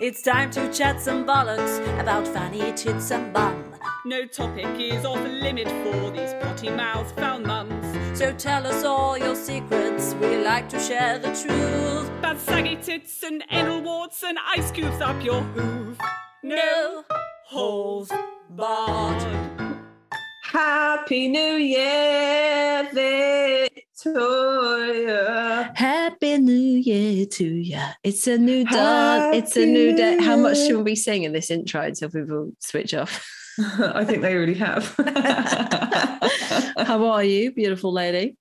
It's time to chat some bollocks about fanny tits and bum. No topic is off limit for these potty mouths, foul mums. So tell us all your secrets. We like to share the truth. Bad saggy tits and anal warts and ice cubes up your hoof. No holes barred. Happy New Year, Victoria. Happy New Year to you. It's a new dawn. It's a Happy new day. New How much Year. should we be saying in this intro until people switch off? I think they already have. How are you, beautiful lady?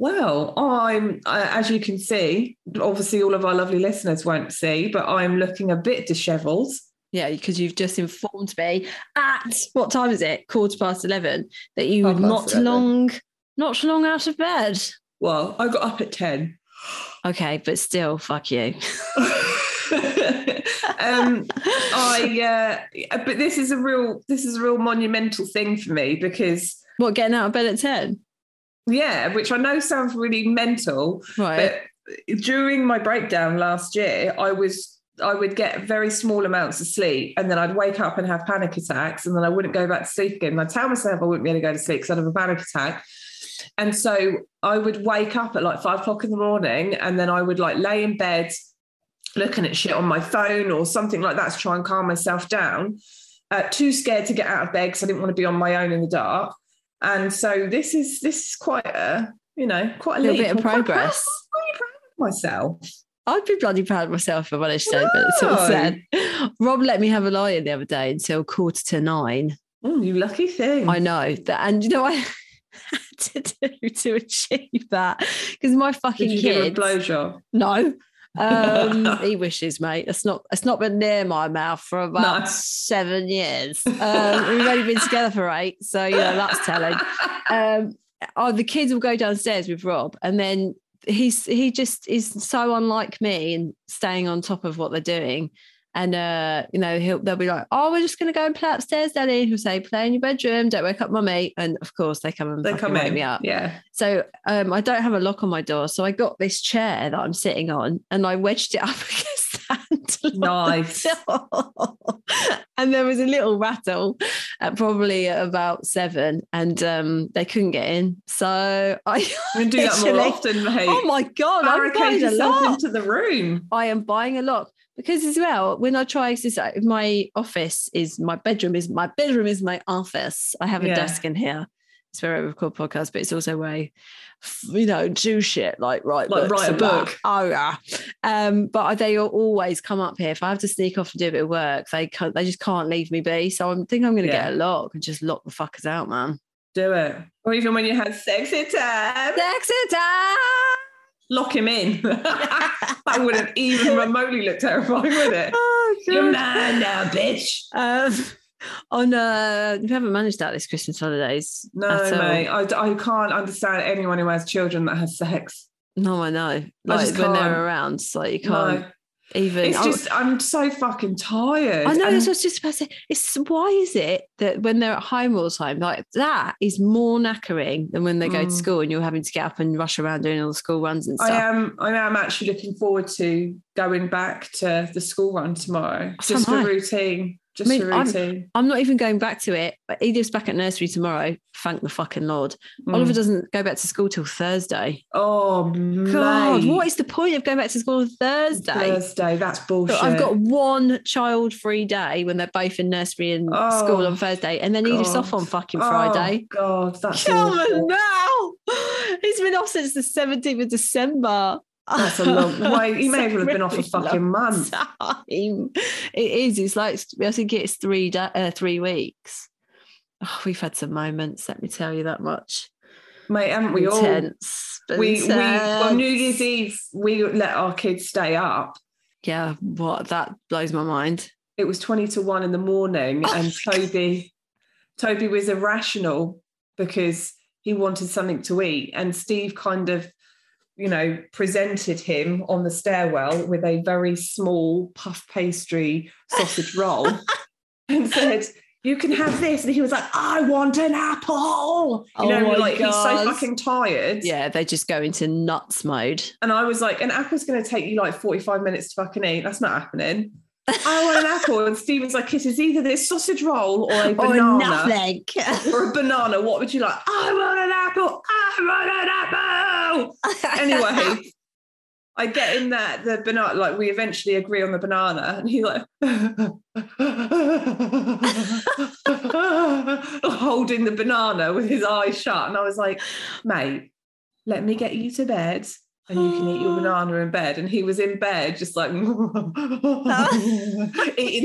well, I'm, I, as you can see, obviously all of our lovely listeners won't see, but I'm looking a bit dishevelled. Yeah, because you've just informed me at what time is it? Quarter past eleven. That you were Half past not 11. long, not long out of bed. Well, I got up at 10. Okay, but still, fuck you. um, I, uh, but this is a real, this is a real monumental thing for me because, What getting out of bed at ten? yeah, which I know sounds really mental, Right. But during my breakdown last year, I was I would get very small amounts of sleep, and then I'd wake up and have panic attacks, and then I wouldn't go back to sleep again. And I'd tell myself I wouldn't be able to go to sleep because I'd have a panic attack. And so I would wake up at like five o'clock in the morning, and then I would like lay in bed looking at shit on my phone or something like that to try and calm myself down. Uh, too scared to get out of bed because I didn't want to be on my own in the dark. And so this is this is quite a you know quite a Little leap. bit of I'm quite proud- progress. I'm quite proud of myself. I'd be bloody proud of myself if I managed to, but it's sort of No. sad. Rob let me have a lie in the other day until quarter to nine. Mm, you lucky thing. I know that, and you know I had to do to achieve that because my fucking Did you give her a kids. blowjob? no, um, he wishes, mate. It's not. It's not been near my mouth for about No. seven years. Um, we've only been together for eight, so you know Oh, that's telling. Um, oh, the kids will go downstairs with Rob, and then he's he just is so unlike me and staying on top of what they're doing. And uh, you know, he'll they'll be like, Oh, we're just gonna go and play upstairs, Daddy. He'll say, Play in your bedroom, don't wake up mummy. And of course they come and They fucking come wake in. me up. Yeah. So um, I don't have a lock on my door. So I got this chair that I'm sitting on and I wedged it up against the handle. of Nice. the door. and there was a little rattle at probably about seven and um, they couldn't get in. So I, We do that more Literally. often, mate. oh my God, I'm Barricade buying a yourself lock. into the room. I am buying a lock because as well when I try exercise, my office is my bedroom is my bedroom is my office. I have a Yeah. desk in here. It's where I record podcasts, but it's also where I, f- you know, do shit like write Like books write a and that. book. Oh yeah. Um, but I- they al- always come up here. If I have to sneak off and do a bit of work, they can't, they just can't leave me be. So I am think I'm going to Yeah. get a lock and just lock the fuckers out, man. Do it. Or even when you had sexy time, Sexy time. lock him in. that wouldn't even remotely look terrifying, would it? Oh, You're mine now, bitch. Um, on uh, we haven't managed that this Christmas holidays. No, at all. mate. I, I can't understand anyone who has children that has sex. No, I know. Like just when can't. they're around, it's like you can't No. even. It's I- just, I'm so fucking tired. I know And that's what I was just about to say. It's why is it that when they're at home all the time, like that is more knackering than when they go to Mm. school and you're having to get up and rush around doing all the school runs and I stuff. am. I am actually looking forward to going back to the school run tomorrow, So just am for I. routine. Just mean, for I'm- routine. I'm not even going back to it. But Edith's back at nursery tomorrow. Thank the fucking Lord. Oliver Mm. doesn't go back to school till Thursday. Oh God, mate. what is the point of going back to school on Thursday? Thursday? That's So bullshit. I've got one child free day when they're both in nursery and Oh, school on Thursday, and then Edith's off God. on fucking Oh, Friday. God, that's Come awful. now! He's been off since the 17th of December. That's a long. Wait, he may as well have been off a Really long fucking month. Time. It is. It's like I think it's three da- uh, three weeks. Oh, we've had some moments. Let me tell you that much. Mate, haven't we all? intense. but We, we on New intense. Year's Eve we let our kids stay up. Yeah, what that blows my mind. It was twenty to one in the morning, Oh, and Toby, Toby was irrational because he wanted something to eat, and Steve kind of, you know, presented him on the stairwell with a very small puff pastry sausage roll, and said. You can have this, and he was like, "I want an apple." You Oh know, my like he's God. so fucking tired. Yeah, they just go into nuts mode. And I was like, an apple's going to take you like 45 minutes to fucking eat. That's not happening. I want an apple. And Stephen's like, it is either this sausage roll or a or banana. Oh, nothing. Or a banana. What would you like? I want an apple. I want an apple. Anyway, I get in there, the banana, like we eventually agree on the banana. And he's like, holding the banana with his eyes shut. And I was like, mate, let me get you to bed. And you can eat your banana in bed. And he was in bed, just like eating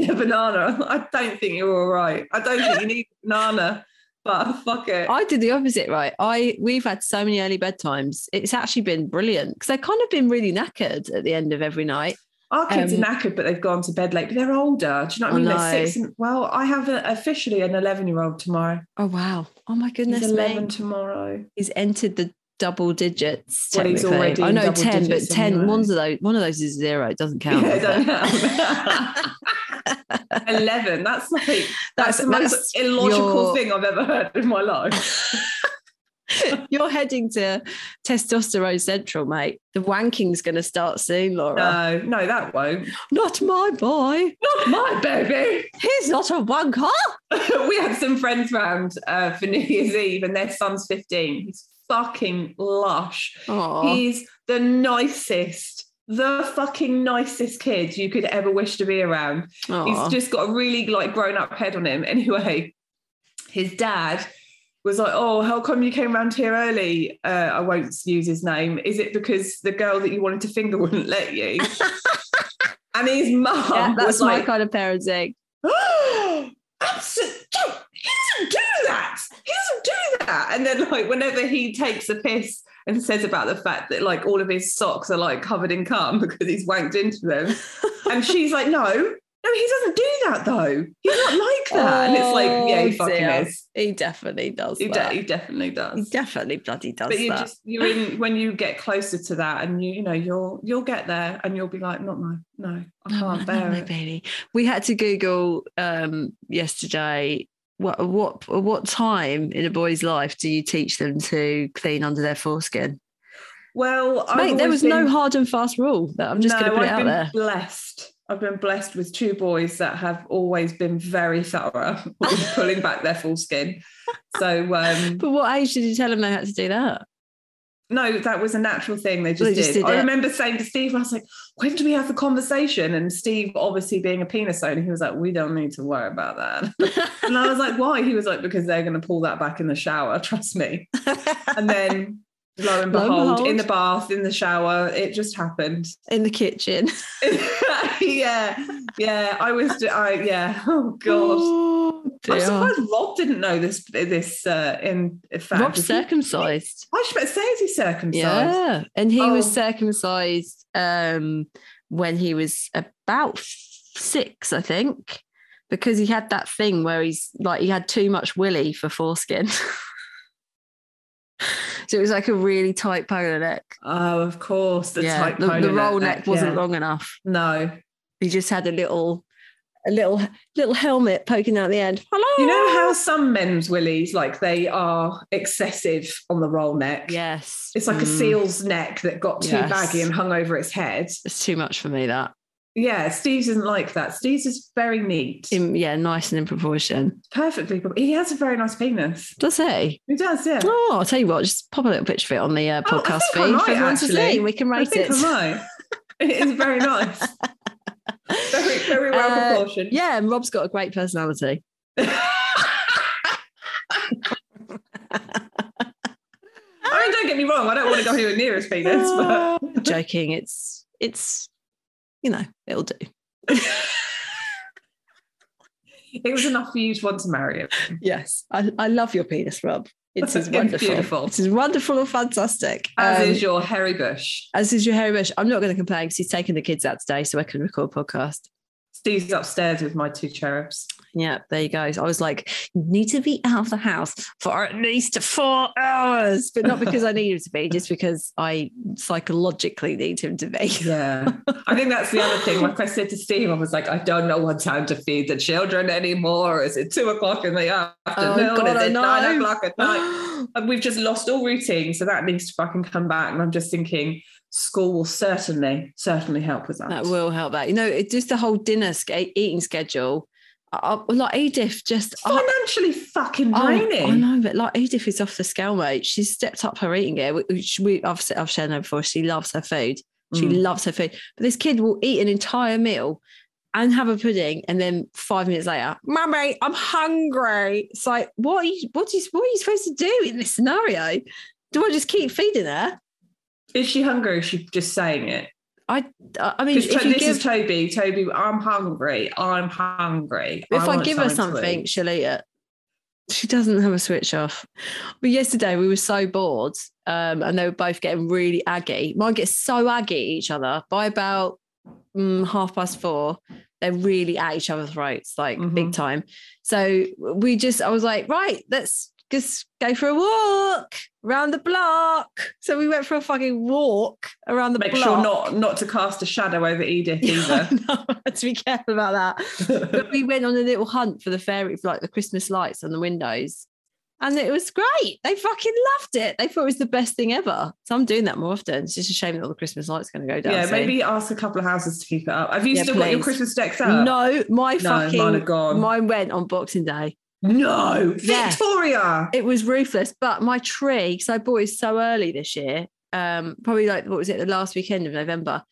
the banana. I don't think you're all right. I don't think you need a banana, but fuck it. I did the opposite, right? I we've had so many early bedtimes. It's actually been brilliant because I've kind of been really knackered at the end of every night. Our kids Um, are knackered, but they've gone to bed late. But they're older. Do you know what I I mean? know. They're six. And, well, I have a, officially an 11 year old tomorrow. Oh wow! Oh my He's goodness, me. 11 tomorrow. he's entered the double digits. Well, he's Technically, already I in know double ten, but digits ten anyway. one's of those one of those is zero. It doesn't count. Yeah, does it? don't have. 11. That's like, that's, That's- the most that's illogical your- thing I've ever heard in my life. You're heading to testosterone central, mate. The wanking's going to start soon, Laura. No, no, that won't. Not my boy. Not my baby. He's not a wanker. we had some friends round uh, for New Year's Eve, and their son's 15. He's fucking lush. Aw. He's the nicest, the fucking nicest kid you could ever wish to be around. Aw. He's just got a really like grown up head on him. Anyway, his dad was like, "Oh, how come you came round here early?" Uh, I won't use his name. Is it because the girl that you wanted to finger wouldn't let you? and his mum Yeah, that's was my like, kind of parenting. "Oh, absolutely." He doesn't do that. He doesn't do that. And then, like, whenever he takes a piss and says about the fact that, like, all of his socks are like covered in cum because he's wanked into them, and she's like, no, no, he doesn't do that though. He's not like that. and it's like, yeah, he Oh, fucking dear. is. He definitely does. He, de- that. he definitely does. He definitely bloody does but you that. just you're in when you get closer to that, and you you know you'll you'll get there, and you'll be like, not no, no, I No, can't no, bear no, it. baby. We had to Google um, yesterday. What what what time in a boy's life do you teach them to clean under their foreskin? Well, I've Mate, there always was no been- hard and fast rule. That I'm just no, going to put I've it out been there. Blessed. I've been blessed with two boys that have always been very thorough with pulling back their full skin. So um, But what age did you tell them they had to do that? No, that was a natural thing. They just, They just did. did I it. remember saying to Steve, I was like, when do we have the conversation? And Steve, obviously being a penis owner, he was like, we don't need to worry about that. and I was like, why? He was like, because they're going to pull that back in the shower. Trust me. And then lo and Lo and behold, in behold. the bath, in the shower, it just happened. in the kitchen. yeah. Yeah. I was, I, yeah. Oh, God. Oh, I'm dear. surprised Rob didn't know this, this, uh, in fact. Rob's circumcised. I should say, is he circumcised? Yeah, and he Oh. was circumcised um, when he was about f- six, I think, because he had that thing where he's like he had too much willy for foreskin, so it was like a really tight polo neck. Oh, of course, the yeah, tight the, the polo roll neck wasn't yeah. long enough. No, He just had a little, a little, little helmet poking out the end. Hello, you know Oh. how some men's willies like they are excessive on the roll neck. Yes, it's like a Mm, seal's neck that got too Yes. baggy and hung over its head. It's too much for me. That Yeah, Steve's isn't like that. Steve's is very neat, In- yeah, nice and in proportion. perfectly. pro- He has a very nice penis. Does he? He does, yeah. Oh, I'll tell you what, just pop a little picture of it on the uh, Oh, I podcast think I feed might, for everyone to actually. see. We can I rate think it. am I. It is very nice, very very well Uh, proportioned. Yeah, and Rob's got a great personality. I mean, don't get me wrong. I don't want to go anywhere near his penis, but. Joking, it's it's you know it'll do. It was enough for you to want to marry him. Yes, I, I love your penis, Rob. It's as It's wonderful. beautiful. It's as wonderful and fantastic. As Um, is your hairy bush. as is your hairy bush. I'm not going to complain because he's taking the kids out today, so I can record a podcast. Steve's upstairs with my two cherubs. Yeah, there you go. So I was like, you need to be out of the house for at least four hours, but not because I need him to be, just because I psychologically need him to be. Yeah. I think that's the other thing. Like I said to Steve, I was like, I don't know what time to feed the children anymore. Is it two o'clock in the afternoon? Oh, God, is I it nine know. o'clock at night? And we've just lost all routine. So that needs to fucking come back. And I'm just thinking, school will certainly, certainly help with that. That will help that. You know, it, just the whole dinner sch- eating schedule. I, I- like Edith, just I- Financially fucking Oh, I- draining. I, know, but like Edith is off the scale, mate. She's stepped up her eating gear, which we I've said- I've shared her before. She loves her food. She Mm. loves her food. But this kid will eat an entire meal and have a pudding, and then five minutes later, mummy, I'm hungry. It's like, what are you, what are you, what are you supposed to do in this scenario? Do I just keep feeding her? Is she hungry? or Is she just saying it? I I mean, Because if you this give, is Toby. Toby, I'm hungry. I'm hungry. If I, want give her something to something, eat." she'll eat it. She doesn't have a switch off. But yesterday we were so bored, um, and they were both getting really aggy. Mine gets so aggy at each other by about mm, half past four. They're really at each other's throats, like big Mhm. time. So we just, I was like, right, let's just go for a walk round the block. So we went for a fucking walk around the make block. sure not not to cast a shadow over Edith either. no, I had to be careful about that but we went on a little hunt for the fairy, for like the Christmas lights on the windows. And it was great. They fucking loved it. They thought it was the best thing ever. So I'm doing that more often. It's just a shame that all the Christmas lights are going to go down. yeah, soon. maybe ask a couple of houses to keep it up. Have you Yeah, still got your please. Christmas decks up? No, my no, mine are fucking gone. mine went on Boxing Day. no, Yeah. Victoria. It was ruthless, but my tree because I bought it so early this year. Um, probably like what was it the last weekend of November?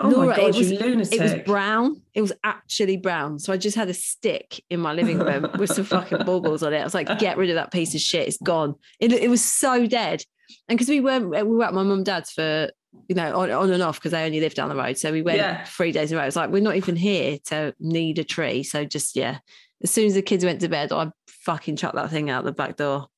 Oh Laura, my it god, was- you lunatic! It was brown. It was actually brown. So I just had a stick in my living room with some fucking baubles on it. I was like, get rid of that piece of shit. It's gone. It, it was so dead. And because we weren't, we were at my mum and dad's for, you know, on, on and off because they only live down the road. So we went Yeah. three days in a row. It's like, we're not even here to need a tree. So just, yeah. As soon as the kids went to bed, I fucking chucked that thing out the back door.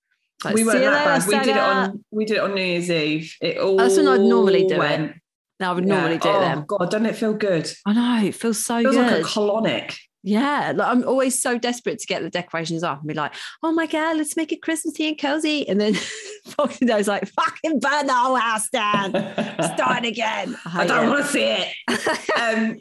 Like, we "See weren't you that bad. later, We did it Stella." on we did it on New Year's Eve. It all That's when I'd normally do it. went. No, I would Yeah. normally do oh, it then. God, doesn't it feel good? I know. It feels so feels good. like a colonic. Yeah, like I'm always so desperate to get the decorations up and be like, "Oh my god, let's make it Christmasy and cozy," and then Boxing Day's like, "Fucking burn the whole house down, start again." I hate don't it. want to see it. Um,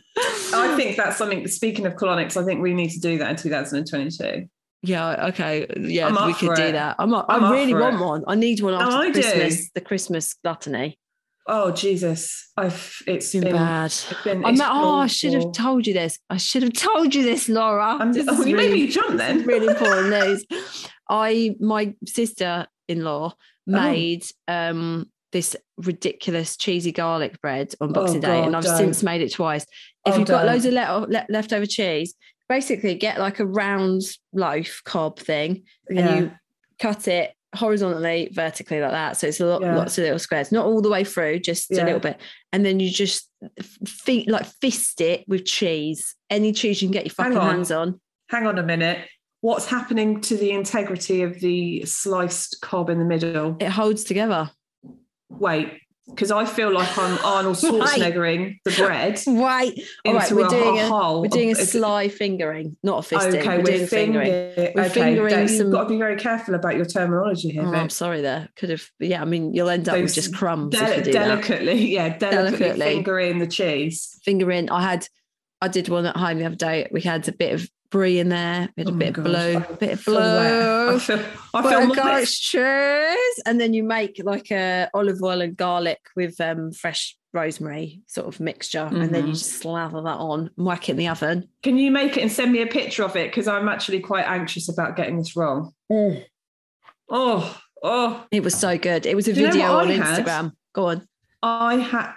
I think that's something. Speaking of colonics, I think we need to do that in 2022. yeah, okay, yeah, I'm we up could for do it. that. I'm, up- i I'm up really for want it. Oh, one. I need one after I the do. Christmas, the Christmas gluttony. Oh Jesus, I've it's Too been. bad. it's been- I'm it's like, oh, I should have awful. told you this. I should have told you this, Laura. I'm, This oh, is you- really maybe you jump This is then. really important news. I my sister in law Oh. made um this ridiculous cheesy garlic bread on Boxing Day, and Oh, God, I've don't. since made it twice. If Oh, you've got don't. loads of le- le- leftover cheese, basically get like a round loaf cob thing, Yeah. and you cut it horizontally, vertically like that. So it's a lot, Yeah. lots of little squares, not all the way through, just a Yeah. little bit, and then you just f- feet like fist it with cheese, any cheese you can get your Hang fucking on. hands on. Hang on a minute. What's happening to the integrity of the sliced cob in the middle? It holds together. Wait, because I feel like I'm Arnold Wait. Schwarzeneggering the bread Right. All right, into we're a doing a, hole. we're doing a It's- sly fingering, not a fisting. Okay, we're, doing we're a fingering. fingering. We're Okay, fingering Dave, some- you've got to be very careful about your terminology here. Oh, I'm babe. sorry there. Could have yeah, I mean you'll end up with Those just crumbs if Del- you do that. delicately, yeah, delicately, Delicately. fingering the cheese. Fingering. I had I did one at home the other day. We had a bit of brie in there, we had Oh a my bit of gosh, blue, I a bit of feel wet. blue. Oh, I feel, I Butter, feel my garlic, lips. cheese, and then you make like a olive oil and garlic with um, fresh rosemary sort of mixture, and then you Mhm. just slather that on, and whack it in the oven. Can you make it and send me a picture of it? Because I'm actually quite anxious about getting this wrong. Mm. Oh, oh, It was so good. It was a Do you know video what on I had? Instagram. Go on. I had.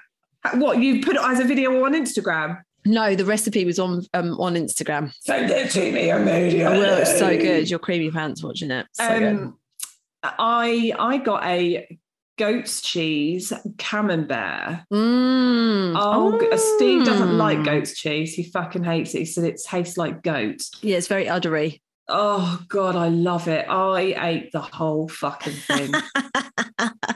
What you put it as a video on Instagram? No, the recipe was on um, on Instagram. Send it to me immediately. Oh, well, it's so good. Your creamy pants watching it. So good. Um, I I got a goat's cheese camembert. Mm. Oh, g- Steve doesn't like Mm. goat's cheese. He fucking hates it. He said it tastes like goat. Yeah, it's very uddery. Oh God, I love it. I ate the whole fucking thing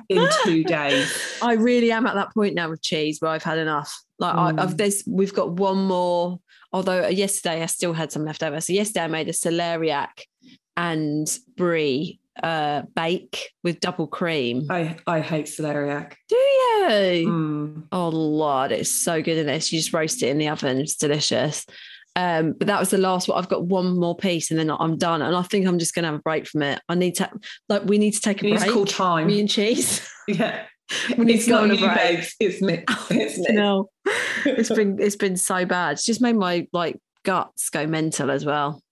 in two days. I really am at that point now with cheese where I've had enough. Like I, I've Mm. there's we've got one more. Although uh, yesterday I still had some left over. So yesterday I made a celeriac and brie uh, bake with double cream. I I hate celeriac. Do you? Mm. Oh Lord, it's so good in this. You just roast it in the oven. It's delicious. Um, but that was the last one. I've got one more piece and then I'm done. And I think I'm just gonna have a break from it. I need to like we need to take a You need break. to call time. Me and cheese. Yeah. We need it's to go not on a you, break. babes. It's me. It's me. Oh, No, it's been it's been so bad. It's just made my like guts go mental as well.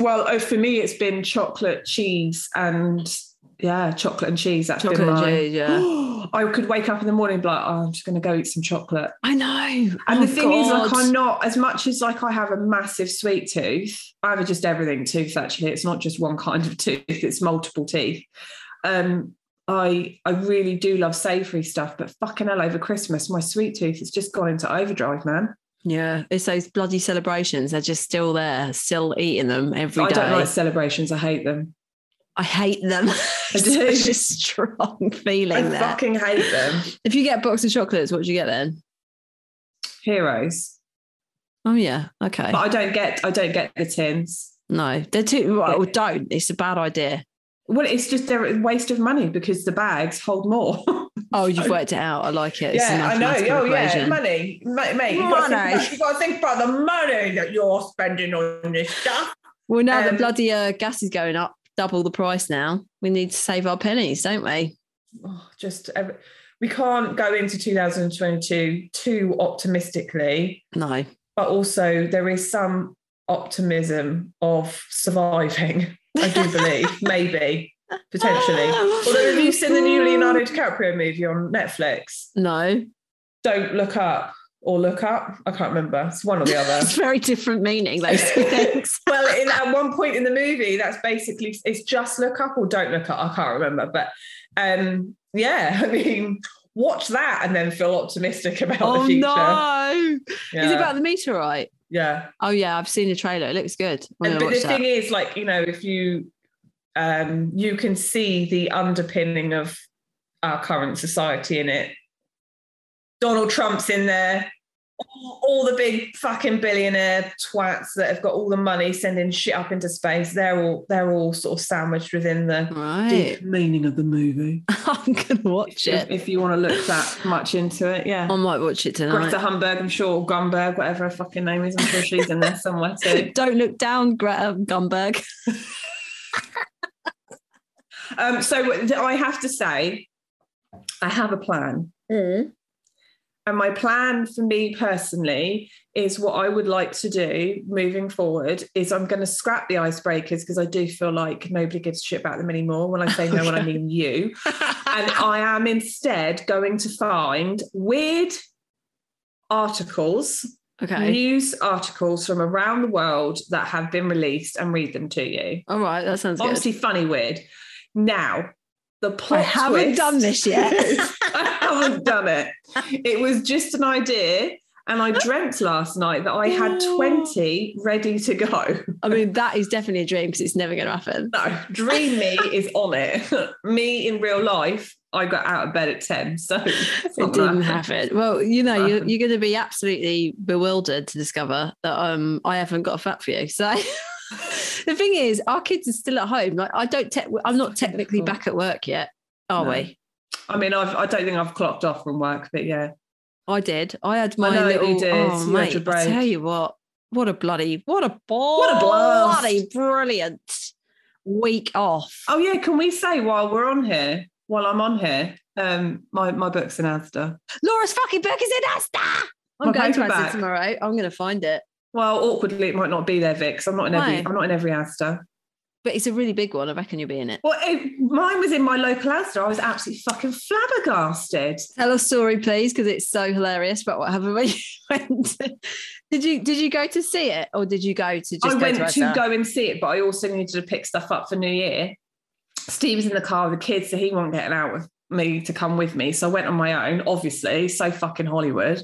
Well, uh, for me, it's been chocolate, cheese, and yeah, chocolate and cheese. That's Chocolate been and mine. cheese, yeah. I could wake up in the morning and be like, oh, I'm just going to go eat some chocolate. I know. And Oh, the thing is, like, God. I'm not as much as like I have a massive sweet tooth. I have a just everything tooth. Actually, it's not just one kind of tooth; it's multiple teeth. Um, I I really do love savoury stuff, but fucking hell, over Christmas, my sweet tooth has just gone into overdrive, man. Yeah, it's those bloody celebrations. They're just still there, still eating them every I day. don't like celebrations. I hate them. I hate them. It's do. such a strong I feeling there. fucking hate them. If you get a box of chocolates, what do you get then? Heroes, Oh yeah, okay. but I don't get I don't get the tins. No, they're too. Well, don't. It's a bad idea. Well, it's just they're a waste of money because the bags hold more. Oh, you've worked it out. I like it. It's a mathematical equation. Oh, money, Ma- mate. Money. you got to think about the money that you're spending on this stuff. Well, now the Um, bloody uh, gas is going up, double the price now. We need to save our pennies, don't we? Oh, just every, we can't go into 2022 too optimistically, No. but also there is some optimism of surviving. I do believe, maybe, potentially. Although, have you seen the new Oh, Leonardo DiCaprio movie on Netflix? No, Don't look up or look up. I can't remember. It's one or the other. it's very different meaning. Those two things. well, in, at one point in the movie, that's basically it's just look up or don't look up. I can't remember, but um, yeah, I mean, watch that and then feel optimistic about the Oh future. no! Yeah, Is it about the meteorite? yeah. Oh yeah, I've seen the trailer. It looks good. I'm And, but gonna the watch that. thing is, like you know, if you um, you can see the underpinning of our current society in it. Donald Trump's in there. All, all the big fucking billionaire twats that have got all the money sending shit up into space. They're all they're all sort of sandwiched within the Right. meaning of the movie. I'm gonna watch If, it. if you want to look that much into it, yeah. I might watch it tonight. Greta Humberg, I'm sure, or Grunberg, whatever her fucking name is, I'm sure she's in there somewhere too. Don't look down, Greta Gumberg. Um, so th- I have to say, I have a plan. And my plan for me personally is what I would like to do moving forward is I'm going to scrap the icebreakers because I do feel like nobody gives a shit about them anymore. When I say no one, I mean you. And I am instead going to find weird articles, okay. news articles from around the world that have been released and read them to you All right, that sounds good. obviously funny weird. Now, the plot I haven't twist- done this yet. I haven't done it. It was just an idea. And I dreamt last night that I had Oh. 20 ready to go. I mean, that is definitely a dream because it's never going to happen. No, dream me is on it. me in real life, I got out of bed at 10. So it's It not didn't gonna happen. happen. Well, you know, you're, Happen. you're going to be absolutely bewildered to discover that um, I haven't got a fat for you. So the thing is, our kids are still at home. Like, I don't. Te- I'm not technically difficult. back at work yet, are Oh. No. we? I mean, I've, I don't think I've clocked off from work, but yeah. I did. I had my know you little. did. You Oh, had mate, your I break. tell you what. What a bloody. What a ball. What a blast. Bloody brilliant week off. Oh, yeah. Can we say while we're on here, while I'm on here, um, my, my book's in Asda. Laura's fucking book is in Asda. I'm My going to Asda paperback. tomorrow. I'm going to find it. Well, awkwardly, it might not be there, Vic. 'cause I'm not in Why? every. I'm not in every Asda. But it's a really big one. I reckon you'll be in it. Well, it, mine was in my local Asda. I was absolutely fucking flabbergasted. Tell a story, please, because it's so hilarious. But what happened when you went? did you did you go to see it, or did you go to just? I go went to, to, Asda? go and see it, but I also needed to pick stuff up for New Year. Steve was in the car with the kids, so he wasn't getting out with me to come with me. So I went on my own, obviously. So fucking Hollywood.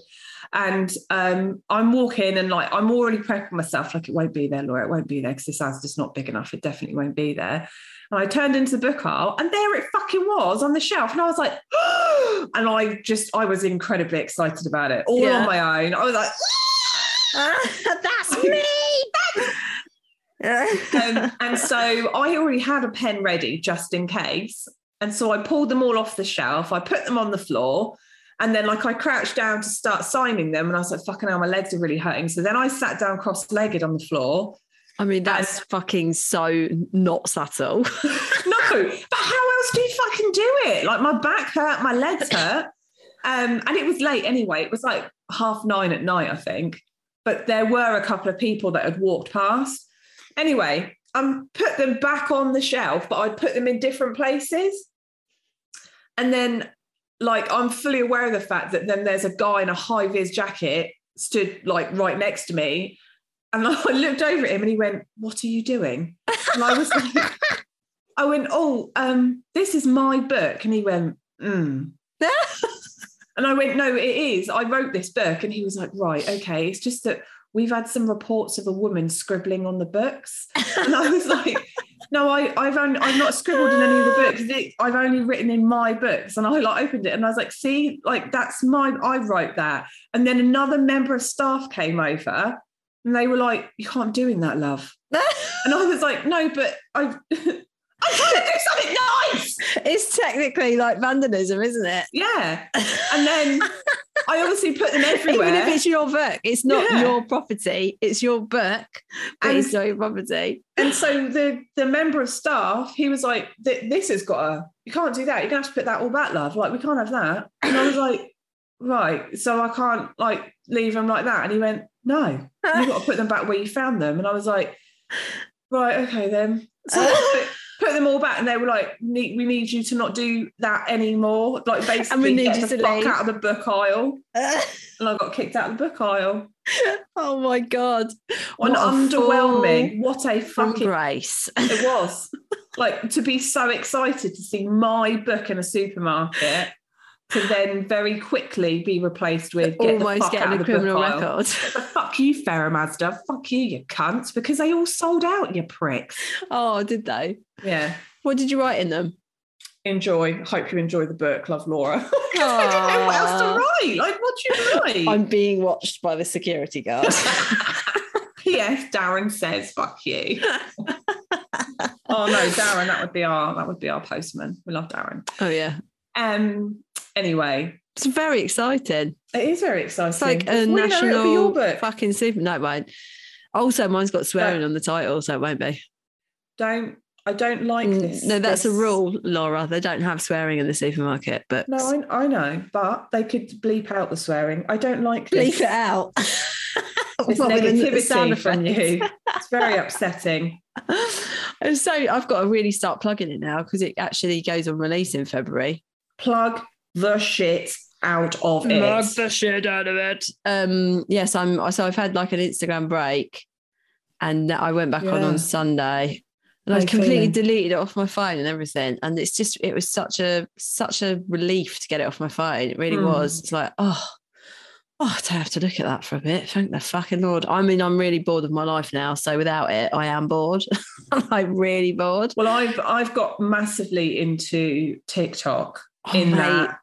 And um, I'm walking and like I'm already prepping myself, like it won't be there, Laura. It won't be there because this house is not big enough. It definitely won't be there. And I turned into the book aisle and there it fucking was on the shelf. And I was like, and I just, I was incredibly excited about it all Yeah. on my own. I was like, Ah, that's me. That's... um, and so I already had a pen ready just in case. And so I pulled them all off the shelf, I put them on the floor, and then like I crouched down to start signing them. And I was like, fucking hell, my legs are really hurting. So then I sat down cross legged on the floor. I mean, that's fucking so not subtle. no, but how else do you fucking do it? Like my back hurt, my legs hurt. Um, and it was late anyway. It was like half nine at night, I think. But there were a couple of people that had walked past. Anyway, I put them back on the shelf, but I put them in different places. And then, like, I'm fully aware of the fact that then there's a guy in a high vis jacket stood like right next to me. And I looked over at him and he went, What are you doing? And I was like, I went, Oh, um, this is my book. And he went, Mm. And I went, no, it is. I wrote this book. And he was like, right, okay. It's just that we've had some reports of a woman scribbling on the books. And I was like, no, I, I've only, I've not scribbled in any of the books. It- I've only written in my books. And I like opened it and I was like, see, like that's my, I wrote that. And then another member of staff came over and they were like, you can't do in that, love. And I was like, no, but I, I'm trying to do something nice. it's technically like vandalism, isn't it? Yeah. And then I obviously put them everywhere. Even if it's your book, it's not Yeah. your property. It's your book, but And- it's not your property. and so the the member of staff he was like "Th- this has got to you can't do that you're gonna have to put that all back love like we can't have that and i was like right so i can't like leave them like that and he went no you've got to put them back where you found them and i was like right okay then so I put- put them all back and they were like "Ne- we need you to not do that anymore like basically need get you the to fuck leave. out of the book aisle and i got kicked out of the book aisle oh my god! an What a underwhelming what a full fucking Embrace. It was. like to be so excited to see my book in a supermarket to then very quickly be replaced with get the Almost fuck out of getting a the book criminal aisle. record. Fuck you, Farah Mazda. Fuck you, you cunts, because they all sold out, you pricks. Oh, did they? Yeah. What did you write in them? Enjoy. Hope you enjoy the book. Love Laura. 'Cause I didn't know what else Aw. to write. Like, what do you write? I'm being watched by the security guard. P.S. Darren says, fuck you. oh no, Darren, that would be our that would be our postman. We love Darren. oh yeah, Um anyway, it's very exciting. It is very exciting. It's like Before a you know it, it'll be national your book. fucking super. No, mine. Also, mine's got swearing on the title, so it won't be. Don't I don't like Mm, this. no, that's this- a rule, Laura. They don't have swearing in the supermarket, but No, I, I know, but they could bleep out the swearing. I don't like this, bleep it out. this Well, with the sound negativity from effects. you. It's very upsetting. I'm so I've got to really start plugging it now because it actually goes on release in February. Plug the shit out of it. shit out of it. Um, yes, I'm. So I've had like an Instagram break, and I went back on Yeah. on Sunday, and How I you completely feeling? deleted it off my phone and everything. And it's just it was such a such a relief to get it off my phone. It really Mm. was. It's like oh. Oh, I don't have to look at that for a bit. Thank the fucking Lord. I mean, I'm really bored of my life now. So without it, I am bored. I'm like really bored. Well, I've I've got massively into TikTok Oh, in mate, that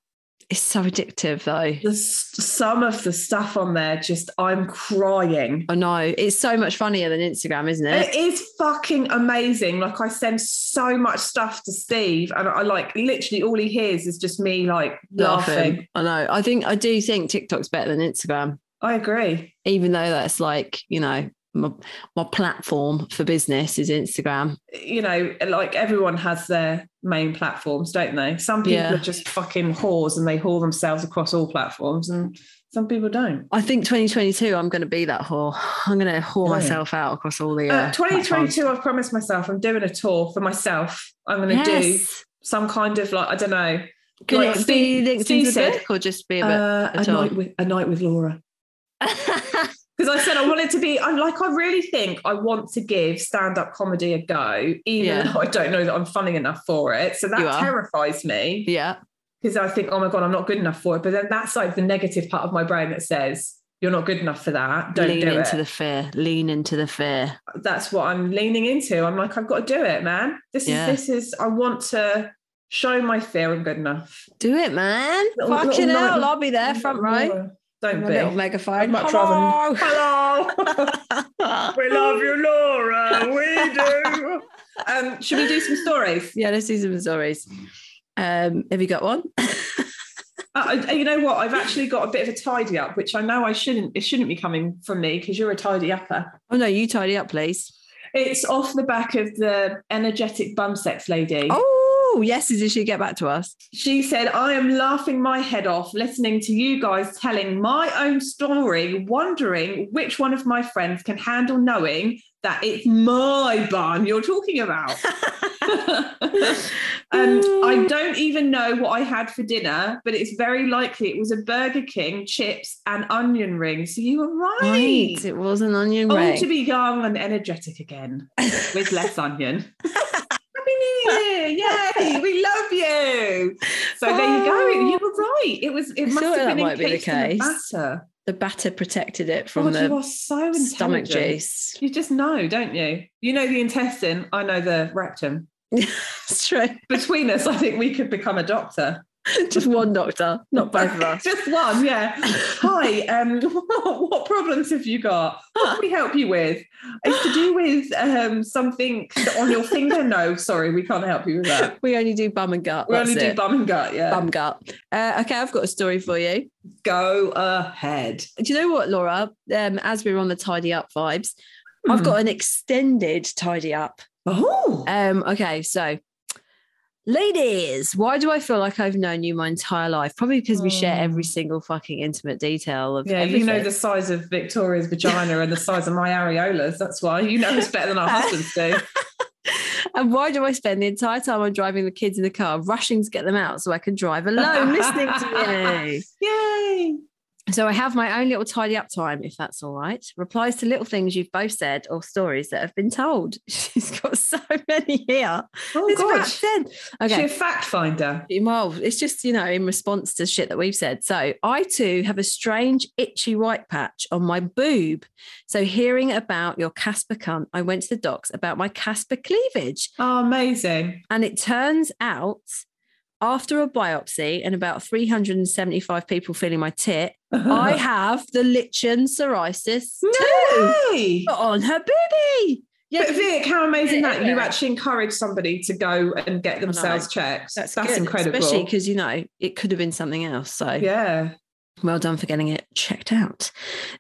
It's so addictive though. the, s- some of the stuff on there just I'm crying. I know. It's so much funnier than Instagram, isn't it? It is fucking amazing. Like I send so much stuff to Steve, and I like literally all he hears is just me like laughing. I know. I think I do think TikTok's better than Instagram, I agree. even though that's like, you know, my, my platform for business is Instagram. You know, like everyone has their main platforms, don't they? Some people Yeah. are just fucking whores and they haul themselves across all platforms, and some people don't. I think 2022, I'm going to be that whore. I'm going to whore Yeah. myself out across all the. uh, Uh, 2022, I've promised myself I'm doing a tour for myself. I'm going to do Yes. some kind of like, I don't know, Can like it Steve- be linked Steve into a said, book or just be a book? uh, a a, tour. night with, a night with Laura. Uh, because I said I wanted to be. I'm like, I really think I want to give stand up comedy a go, even Yeah. though I don't know that I'm funny enough for it. So You that are. terrifies me yeah. because I think, oh my god, I'm not good enough for it. But then that's like the negative part of my brain that says you're not good enough for that. Don't Lean do into the it. fear. Lean into the fear. that's what I'm leaning into. I'm like, I've got to do it, man. This Yeah. is this is. I want to show my fear I'm good enough. Do it, man. Little- little Fucking night- hell. I'll be there, front row. Don't My be. little megaphone. I'd much Hello. rather. Hello. we love you, Laura. We do. um, should we do some stories? yeah, let's do some stories. Um, have you got one? Uh, I- you know what? I've actually got a bit of a tidy up, which I know I shouldn't. It shouldn't be coming from me because you're a tidy upper. Oh no, you tidy up, please. It's off the back of the energetic bum sex lady. Oh, oh, yes, did she get back to us? She said, I am laughing my head off listening to you guys telling my own story, wondering which one of my friends can handle knowing that it's my bun you're talking about. and I don't even know what I had for dinner, but it's very likely it was a Burger King, chips, and onion ring. So you were right. Right, it was an onion All ring. to be young and energetic again with less onion. Happy New Year! Yay! We love you. So there you go. You were right. It was. It Oh. I must thought have that been might be the encased in the case. batter. the batter protected it from God, Oh, you the are so stomach intelligent. juice. You just know, don't you? You know the intestine. I know the rectum. It's true. Between us, I think we could become a doctor. Just one doctor, not both of us. Just one, yeah. Hi, um, what, what problems have you got? What can we help you with? It's to do with um, something on your finger. No, sorry, we can't help you with that. We only do bum and gut. We that's only do it. bum and gut, yeah. bum gut. Uh, okay, I've got a story for you. Go ahead. do you know what, Laura? Um, as we we're on the tidy up vibes, Hmm. I've got an extended tidy up. Oh, Um, okay, so ladies, why do I feel like I've known you my entire life? Probably because we share every single fucking intimate detail of Hmm. yeah. everything. You know the size of Victoria's vagina and the size of my areolas. That's why you know us better than our husbands do. and why do I spend the entire time I'm driving the kids in the car, rushing to get them out so I can drive alone listening to you? Yay! So I have my own little tidy up time, if that's all right. Replies to little things you've both said or stories that have been told. She's got so many here. Oh It's god, about she 10. Okay. a fact finder. Well, it's just, you know, in response to shit that we've said. So I too have a strange itchy white patch on my boob. So hearing about your Casper cunt, I went to the docs about my Casper cleavage. Oh, amazing. And it turns out after a biopsy and about 375 people feeling my tit, I have the lichen psoriasis too Yay! on her boobie. Yeah, But Vic, how amazing that you Yeah. Oh, actually encourage somebody to go and get themselves checked. That's, good, incredible. Especially because, you know, it could have been something else. So, yeah. Well done for getting it checked out.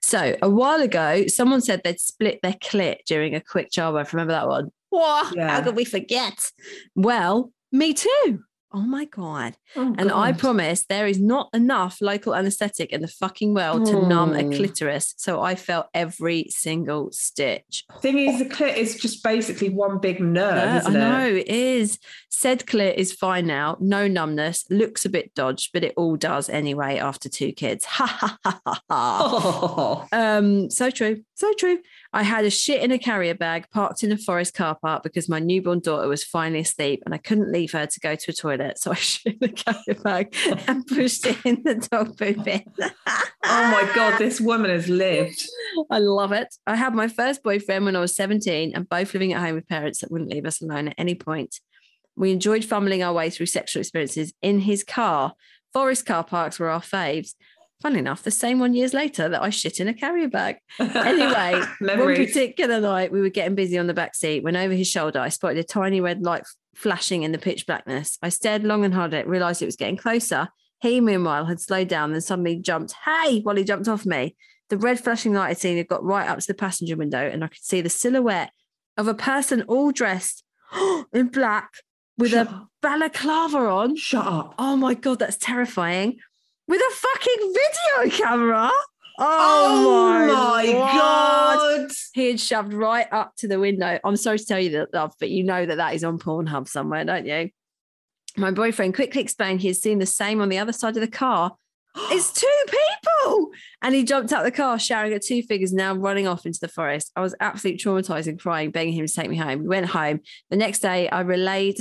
So a while ago, someone said they'd split their clit during a quick childbirth. Remember that one? Whoa, Yeah. how could we forget? Well, me too. Oh my God. Oh, And I God. promise there is not enough local anesthetic in the fucking world to numb a Mm. clitoris. So I felt every single stitch. thing is, the clit is just basically one big nerve, No, I isn't it? know it is. Said clit is fine now. No numbness. Looks a bit dodged, but it all does anyway after two kids. Ha ha ha ha ha. Oh, Um, so true, so true. I had a shit in a carrier bag parked in a forest car park because my newborn daughter was finally asleep and I couldn't leave her to go to a toilet. So I shit in the carrier bag and pushed it in the dog poo bin. oh my God, this woman has lived. I love it. I had my first boyfriend when I was 17 and both living at home with parents that wouldn't leave us alone at any point. We enjoyed fumbling our way through sexual experiences in his car. Forest car parks were our faves. Funnily enough, the same one years later that I shit in a carrier bag. Anyway, One memories. particular night, we were getting busy on the back seat when over his shoulder, I spotted a tiny red light f- flashing in the pitch blackness. I stared long and hard at it, realized it was getting closer. He, meanwhile, had slowed down, then suddenly jumped, hey, while he jumped off me. The red flashing light I'd seen had got right up to the passenger window, and I could see the silhouette of a person all dressed in black with Shut a up. balaclava on. Shut up. Oh my God, that's terrifying. With a fucking video camera. Oh, my, God. He had shoved right up to the window. I'm sorry to tell you that, love, but you know that that is on Pornhub somewhere, don't you? My boyfriend quickly explained he had seen the same on the other side of the car. It's two people. And he jumped out the car, shouting at two figures now running off into the forest. I was absolutely traumatized and crying, begging him to take me home. We went home. The next day, I relayed.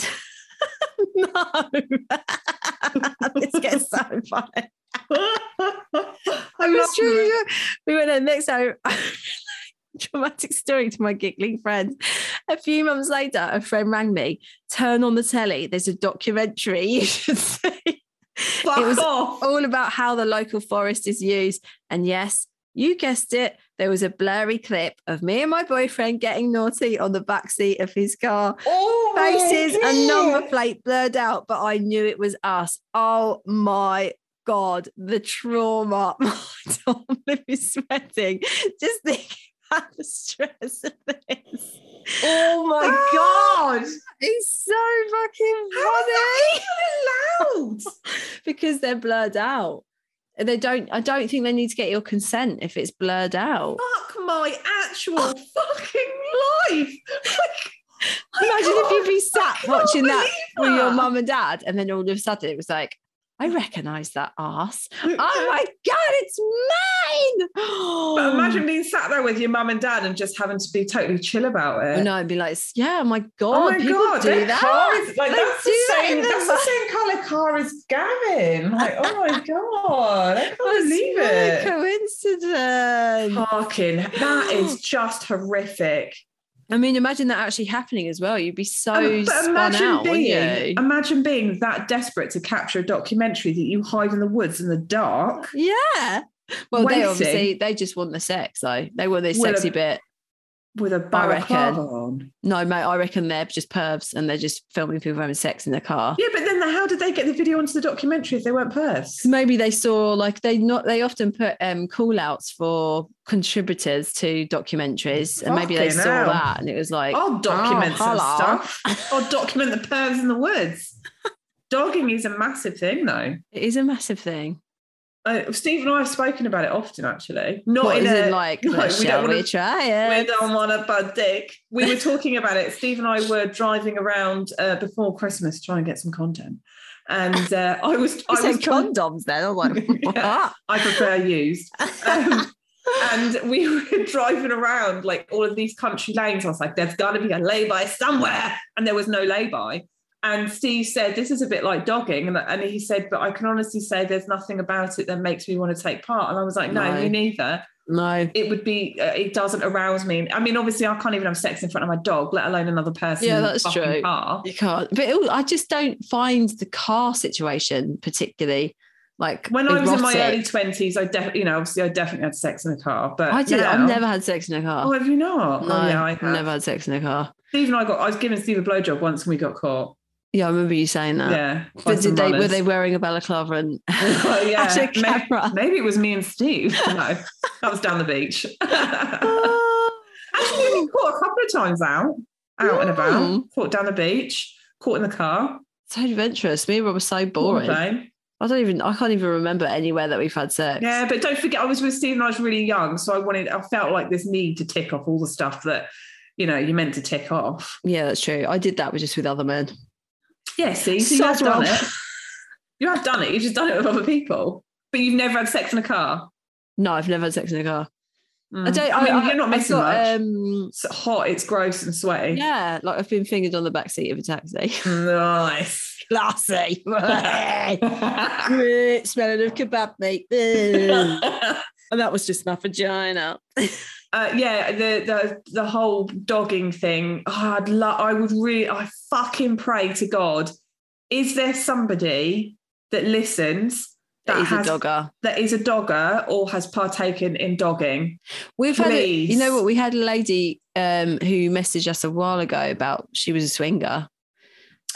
no. this gets so funny. I It love was true. you. yeah. We went on next time. Dramatic story to my giggling friends. A few months later, a friend rang me. Turn on the telly. There's a documentary you should see. Fuck was- off. All about how the local forest is used. And yes, you guessed it. There was a blurry clip of me and my boyfriend getting naughty on the back seat of his car. Oh, my Faces and dear. number plate blurred out, but I knew it was us. Oh my God, the trauma. My Tom is sweating. Just thinking about the stress of this. Ah, Oh my God. It's so fucking How funny. because they're blurred out. They don't. I don't think they need to get your consent if it's blurred out. Fuck my actual Oh. fucking life. Imagine if you'd be sat watching that with your that. mum and dad, and then all of a sudden it was like, I recognise that ass. Oh my god, it's mine! But imagine being sat there with your mum and dad and just having to be totally chill about it. And no, I'd be like, yeah, my god, Oh my people god, do their that. car is like They that's do the that same in their that's the same colour car as Gavin. Like, oh my god, I can't That's believe what it. A coincidence. Parking, that is just horrific. I mean, imagine that actually happening as well. You'd be so Um, but spun imagine out, wouldn't you? being imagine being that desperate to capture a documentary that you hide in the woods in the dark. yeah. Well, they Waiting. obviously they just want the sex though. They want this Well, sexy um, bit. With a balaclava on. No, mate, I reckon they're just pervs and they're just filming people having sex in the car. Yeah, but then how did they get the video onto the documentary if they weren't purse? So maybe they saw like they not they often put um call outs for contributors to documentaries and maybe they Fucking saw hell. that and it was like I'll document oh, some hello. stuff. I'll document the pervs in the woods. Dogging is a massive thing, though. it is a massive thing. Uh, Steve and I have spoken about it often, actually. Not What in is a, it like? no, "Well, we shall don't we wanna- try We it? don't want a bad dick. We were talking about it. Steve and I were driving around uh, before Christmas trying to get some content, and uh, I was You I was said condoms then. I'm like, Yeah. what? I prefer used. Um, and we were driving around like all of these country lanes. I was like, there's got to be a lay-by somewhere. And there was no lay-by. And Steve said, this is a bit like dogging. And, and he said, but I can honestly say there's nothing about it that makes me want to take part. And I was like, no, No. me neither. No. It would be, uh, it doesn't arouse me. I mean, obviously, I can't even have sex in front of my dog, let alone another person. Yeah, in the that's fucking true. Car. You can't. But it, I just don't find the car situation particularly like When I was in my erotic. early 20s, I definitely, you know, obviously, I definitely had sex in a car. But I did. now- I've never had sex in a car. Oh, have you not? no, oh, yeah, I I've have. never had sex in a car. Steve and I got. I was giving Steve a blowjob once and we got caught. Yeah, I remember you saying that. yeah, by Ah. But some did they were runners. they wearing a balaclava and Oh, yeah. and a May- camera? Maybe it was me and Steve. No, that was down the beach. Actually, Oh, we caught a couple of times out, out and Hmm. about. Caught down the beach. Caught in the car. so adventurous. Me and Rob were so caught on a boring. plane. I don't even I can't even remember anywhere that we've had sex. Yeah, but don't forget, I was with Steve and I was really young, so I wanted. I felt like this need to tick off all the stuff that you know you meant to tick off. Yeah, that's true. I did that with just with other men. Yeah, see, so you Sod have done Rob. it. You have done it. You've just done it with other people, but you've never had sex in a car. No, I've never had sex in a car. I Mm. don't. I, I mean, I- you're not I've missing got, much. Um, It's hot, it's gross and sweaty. yeah, like I've been fingered on the back seat of a taxi. Nice. Classy. Eh, Smelling of kebab meat. Eh. uh, and that was just my vagina. yeah, the the the whole dogging thing. Oh, I'd love. I would really. I fucking pray to God. Is there somebody that listens That that is has a dogger. that is a dogger or has partaken in dogging? We've had, a, you know Please. what? We had a lady um, who messaged us a while ago about she was a swinger.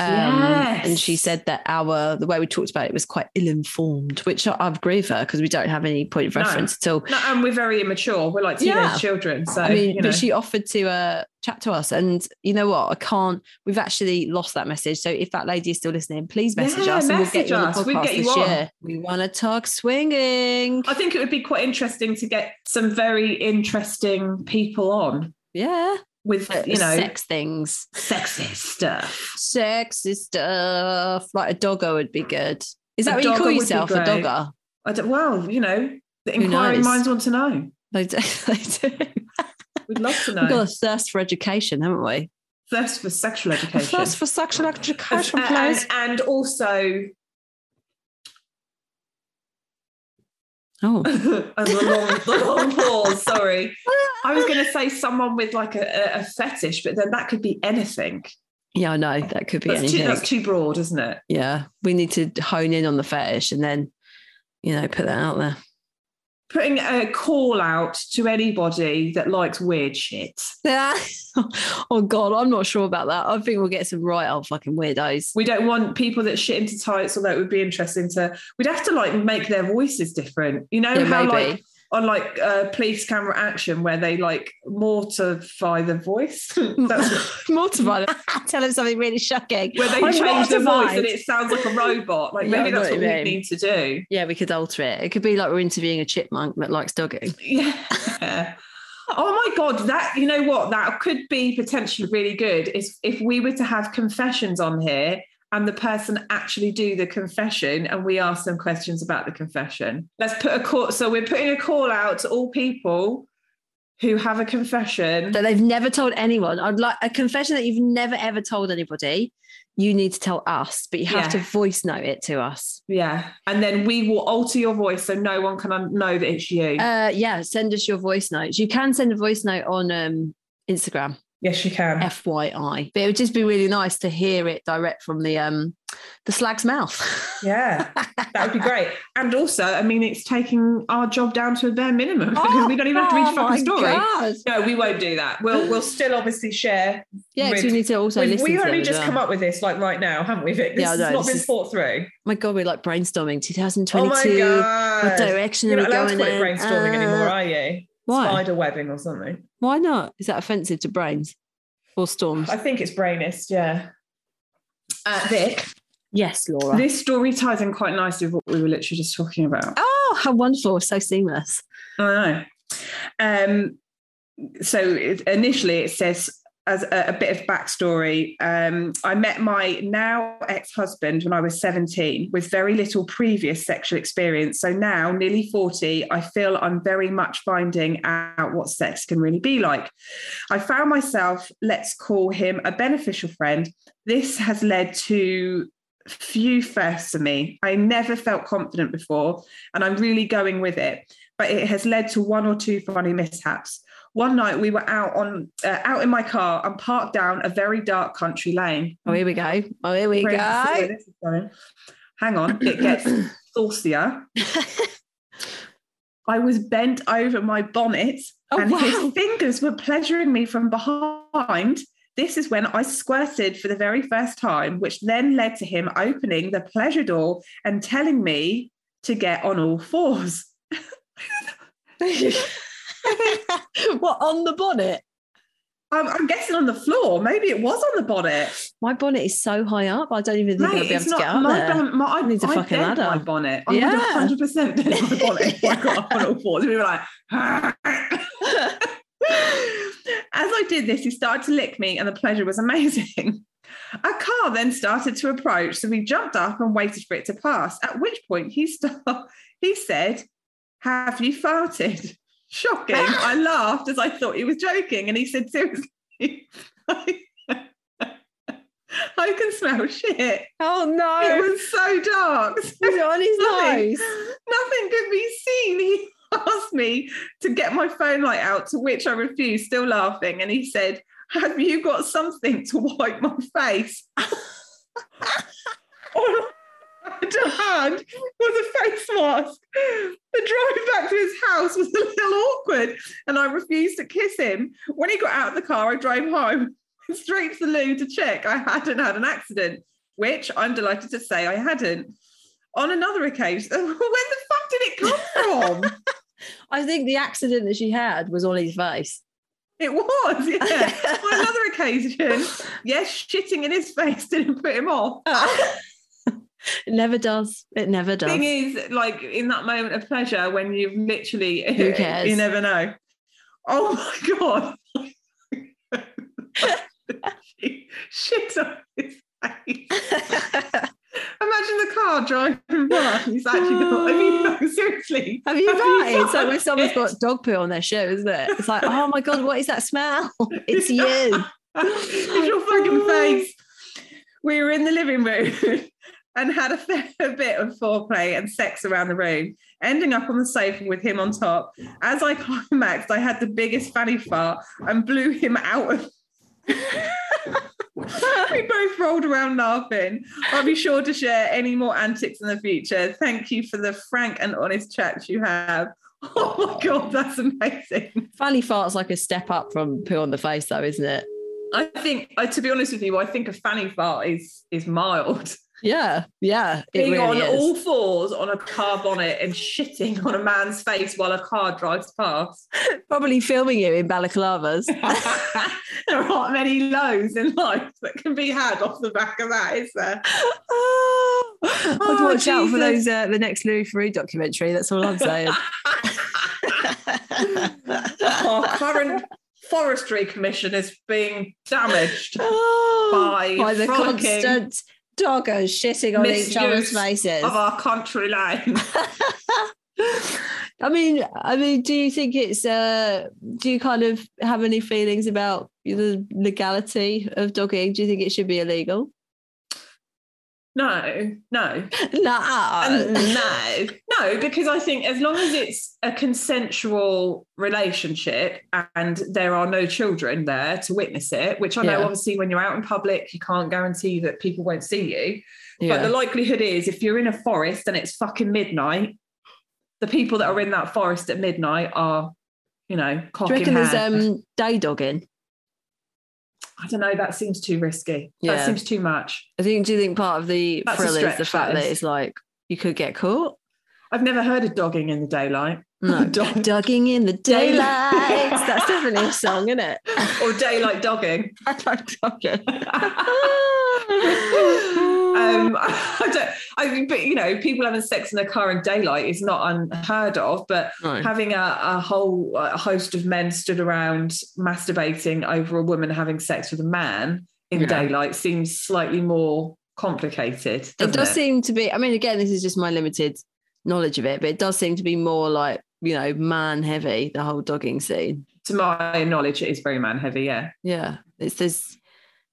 Um, And she Yes. said that our, the way we talked about it was quite ill informed, which I, I agree with her because we don't have any point of No. reference at all. No, and we're very immature. We're like teenage Yeah. children. So I mean, you know. but she offered to uh, chat to us, and you know what? I can't. We've actually lost that message. So if that lady is still listening, please message Yeah, us, and we'll message get you on us. the podcast We'll get you this on. Oh, year. We want to talk swinging. I think it would be quite interesting to get some very interesting people on Yeah, with Like you know sex things, sexist stuff. sexy stuff. Like a dogger would be good. Is A that what you dogger call would be yourself? A great. dogger? I don't, well, you know, the Who inquiring knows? minds want to know. They do. They do. We'd love to We've got know. a thirst for education, haven't we? Thirst for sexual A education. thirst for sexual education, Uh, please. and, and also Oh, and the long, the long pause. Sorry, I was going to say someone with like a, a- a fetish, but then that could be anything. yeah, I know that could be That's too, anything. that's too broad, isn't it? yeah, we need to hone in on the fetish and then, you know, put that out there. Putting a call out to anybody that likes weird shit. Yeah. oh God, I'm not sure about that. I think we'll get some right old fucking weirdos. We don't want people that shit into tights, although it would be interesting to. We'd have to like make their voices different. You know Yeah, how maybe. like on like uh, police camera action where they like mortify the voice. That's mortified. Tell him something really shocking. where they I'm change the voice mortified. and it sounds like a robot. Like Yeah, I maybe know that's what what you we mean. need to do. Yeah, we could alter it. It could be like we're interviewing a chipmunk that likes dogging. Yeah. Oh my god, that you know what? That could be potentially really good. Is if we were to have confessions on here and the person actually do the confession and we ask them questions about the confession. Let's put a call. So we're putting a call out to all people who have a confession. That they've never told anyone. I'd like a confession that you've never ever told anybody. You need to tell us, but you have Yeah. to voice note it to us. Yeah. And then we will alter your voice so no one can un- know that it's you. Uh, yeah, send us your voice notes. You can send a voice note on um, Instagram, yes, you can. FYI. But it would just be really nice to hear it direct from the um, the slag's mouth. Yeah. That would be great. And also, I mean, it's taking our job down to a bare minimum because we don't even have to read a Oh, my fucking story. God. No, we won't do that. We'll we'll still obviously share. Yeah, 'cause we Rid- need to also We've- listen. we to only them as just well. come up with this like right now, haven't we, Vic? This Yeah, I has know, not this been is thought through. My God, we're like brainstorming Oh my 2022. what god! direction You're are not we allowed going to call it in? brainstorming Uh, anymore, are you? Why? Spider webbing or something. Why not? Is that offensive to brains or storms? I think it's brainist. Yeah. Uh, Vic, Yes, Laura. this story ties in quite nicely with what we were literally just talking about. oh, how wonderful! So seamless. I know. Um, so it, initially, it says as a, a bit of backstory. Um, I met my now ex-husband when I was seventeen, with very little previous sexual experience. So now, nearly forty, I feel I'm very much finding out what sex can really be like. I found myself, let's call him a beneficial friend. This has led to few firsts for me. I never felt confident before, and I'm really going with it but it has led to one or two funny mishaps. One night we were out on uh, out in my car and parked down a very dark country lane. Oh, here we go. Oh, here we Very- go. this is going. Hang on, it gets saucier. I was bent over my bonnet Oh, and wow. his fingers were pleasuring me from behind. This is when I squirted for the very first time, which then led to him opening the pleasure door and telling me to get on all fours. what on the bonnet? Um, I'm guessing on the floor. Maybe it was on the bonnet. My bonnet is so high up. I don't even think I'll Mate, be able it's to get not up my there. bonnet. My, I Needs a I fucking bent ladder. My bonnet. I Yeah. would have 100% bent my bonnet if I got up on all fours. We were like, as I did this, he started to lick me, and the pleasure was amazing. A car then started to approach, so we jumped up and waited for it to pass. At which point, he stopped. He said, "Have you farted?" Shocking. I laughed as I thought he was joking, and he said, "Seriously." I can smell shit. Oh It no! was so dark. Is it on his Nothing, nose? nothing could be seen. He asked me to get my phone light out, to which I refused, still laughing. And he said, Have you got something to wipe my face? All I had to hand was a face mask. The drive back to his house was a little awkward, and I refused to kiss him. When he got out of the car, I drove home straight to the loo to check I hadn't had an accident, which I'm delighted to say I hadn't. On another occasion, where the fuck did it come from? I think the accident that she had was on his face. It was, yeah. On another occasion, yes, shitting in his face didn't put him off. It never does. It never does. Thing is, like in that moment of pleasure, when you've literally, Who cares? you never know. Oh my god! She Shit on his face. Have Imagine the car driving by. He's actually not. I mean, no, seriously. you Have you farted? So when farted? someone's got dog poo on their shoe, isn't it? It's like, oh my god, what is that smell? It's you. it's your fucking face. We were in the living room and had a fair bit of foreplay and sex around the room, ending up on the sofa with him on top. As I climaxed, I had the biggest fanny fart and blew him out of. we both rolled around laughing. I'll be sure to share any more antics in the future. Thank you for the frank and honest chats you have. Oh my god, that's amazing. Fanny fart's like a step up from poo on the face, though, isn't it? I think, I, to be honest with you, I think a fanny fart is is mild. Yeah, yeah. It being on really is. all fours on a car bonnet and shitting on a man's face while a car drives past. Probably filming you in balaclavas. there aren't many lows in life that can be had off the back of that, is there? Oh, I'd Oh, watch out for Jesus. those uh, the next Louis Theroux documentary. That's all I'm saying. Oh, Our current forestry commission is being damaged. Oh, By by the frolicking constant doggers shitting on each other's misuse faces. Of our country land. I mean, I mean, do you think it's? Uh, do you kind of have any feelings about the legality of dogging? Do you think it should be illegal? No, no. Nah. Um, no, no, because I think as long as it's a consensual relationship and there are no children there to witness it, which I know Yeah. obviously when you're out in public, you can't guarantee that people won't see you. Yeah. But the likelihood is if you're in a forest and it's fucking midnight, the people that are in that forest at midnight are, you know, cock do in you reckon there's hand. um, day dogging? I don't know, that seems too risky. Yeah. That seems too much. I think. Do you think part of the That's a thrill is the stretch, fact that that is. it's like you could get caught? I've never heard of dogging in the daylight. No, Dog- dogging in the daylight. That's definitely a song, isn't it? or daylight dogging. dogging. Oh. um, I don't. I mean, but you know, people having sex in a car in daylight is not unheard of. But No. having a, a whole uh host of men stood around masturbating over a woman having sex with a man in Yeah. daylight seems slightly more complicated. it doesn't does seem to be i mean again this is just my limited knowledge of it but it does seem to be more like you know man heavy the whole dogging scene to my knowledge, it is very man heavy. Yeah, yeah it's this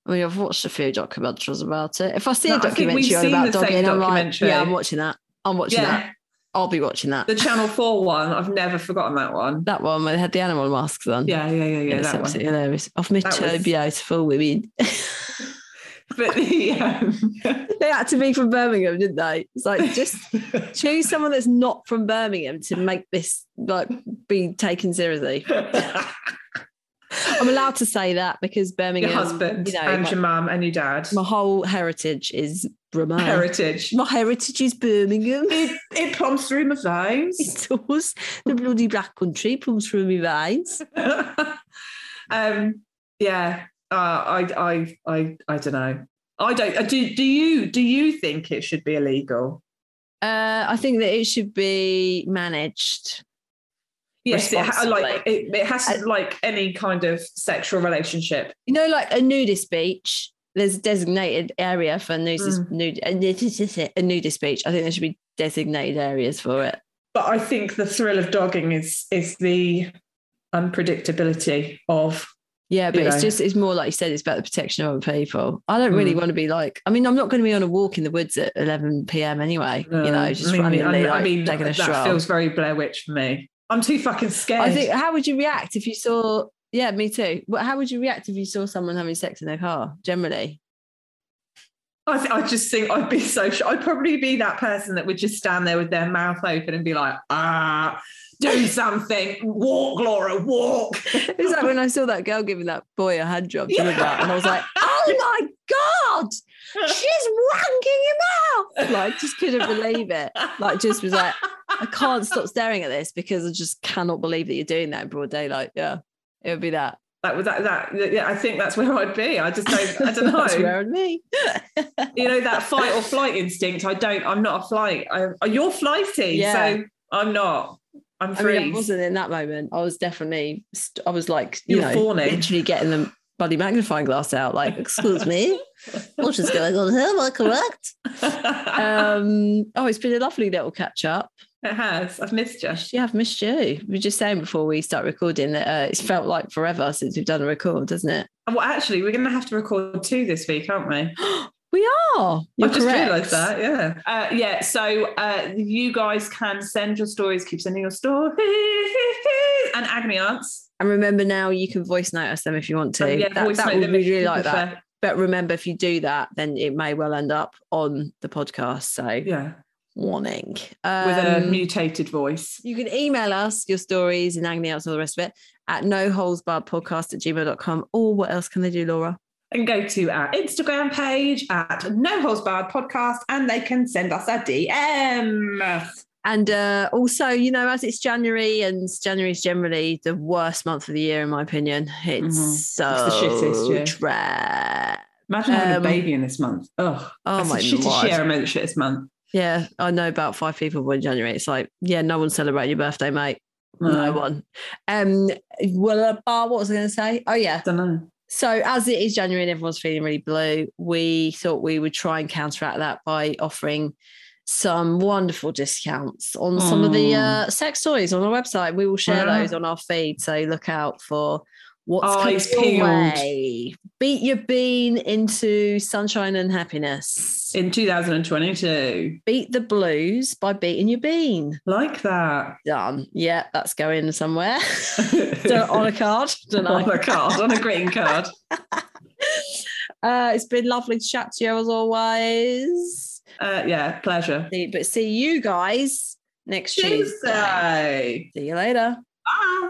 i mean i've watched a few documentaries about it if i see No, a I think we've documentary on seen about the same dogging i'm like documentary. yeah i'm watching that i'm watching yeah. that i'll be watching that The Channel Four one, I've never forgotten that one. that one where they had the animal masks on Yeah, yeah, yeah, yeah. it's that one. absolutely hilarious. I've met That two was- beautiful women. But the um, they had to be from Birmingham, didn't they? It's like just choose someone that's not from Birmingham to make this like be taken seriously. I'm allowed to say that because Birmingham, your husband you know, and my, your mum and your dad. my whole heritage is Brahman. Heritage. My heritage is Birmingham. It, it comes through my veins. It does. The bloody black country comes through my veins. um, yeah, uh, I, I, I, I don't know. I don't. uh, Do, do you? Do you think it should be illegal? Uh, I think that it should be managed. Yes, it ha- like Responsibly. Uh, it, it has to, like any kind of sexual relationship. You know, like a nudist beach. There's a designated area for nudist, Mm. nude, a nudist, a nudist beach. I think there should be designated areas for it. But I think the thrill of dogging is is the unpredictability of Yeah, but you it's know. just it's more like you said, it's about the protection of other people. I don't really Mm. want to be like I mean, I'm not going to be on a walk in the woods at eleven PM anyway. you know, Um, just randomly like, taking a that stroll. feels very Blair Witch for me. I'm too fucking scared. I think how would you react if you saw yeah, me too. But how would you react if you saw someone having sex in their car generally? I, th- I just think I'd be so. Sh- I'd probably be that person that would just stand there with their mouth open and be like, "Ah, do something, walk, Laura, walk." It was like when I saw that girl giving that boy a hand job, do you remember that? And I was like, oh my God, she's wanking him out. Like, just couldn't believe it. Like, just was like, I can't stop staring at this because I just cannot believe that you're doing that in broad daylight. Yeah, it would be that. That was that. That yeah, I think that's where I'd be. I just don't. I don't know. That's wearing me. you know that fight or flight instinct. I don't. I'm not a flight. I, you're flighty, Yeah. so I'm not. I'm I free. mean, I wasn't in that moment. I was definitely, st- I was like, you You were know, fawning. literally getting the bloody magnifying glass out. Like, excuse me, what is going on here? Am I correct? Um, oh, it's been a lovely little catch up. it has. I've missed you. Yeah, I've missed you. We were just saying before we start recording that uh, it's felt like forever since we've done a record, doesn't it? Well, actually, we're going to have to record two this week, aren't we? we are. You're I just correct. realised that. Yeah. Uh, yeah. So uh, you guys can send your stories. Keep sending your stories and agony aunts. And remember now, you can voice note us them if you want to. And, that Oh, voice that note would them be if you really like that. prefer. But remember, if you do that, then it may well end up on the podcast. So Yeah, warning. with a Um, mutated voice. you can email us your stories and agony outs and all the rest of it at no holds barred podcast at gmail.com. Or what else can they do, Laura? and go to our Instagram page at No Holds Barred Podcast and they can send us a DM. And uh, also, you know, as it's January and January is generally the worst month of the year, in my opinion. It's Mhm. so It's the shittiest year. drab. Imagine having Um, a baby in this month. Ugh. Oh That's my the shittest lord! year. I meant the shittest month. Yeah, I know about five people born in January. It's like, yeah, no one's celebrating your birthday, mate. Mm. No one. Um, well, uh, bar, what was I going to say? Oh I yeah. don't know. So as it is January and everyone's feeling really blue, we thought we would try and counteract that by offering some wonderful discounts on some of the Mm. uh, sex toys on our website. We will share Yeah. those on our feed, so look out for what's Eyes coming your peeled. way. Beat your bean into sunshine and happiness. In 2022. Beat the blues by beating your bean. Like that. Done. Yeah, that's going somewhere. Don't- on a card. Don't know. on a card, on a greeting card. Uh, it's been lovely to chat to you as always. Uh, yeah, pleasure. See- But see you guys next Tuesday. Tuesday. See you later. Bye.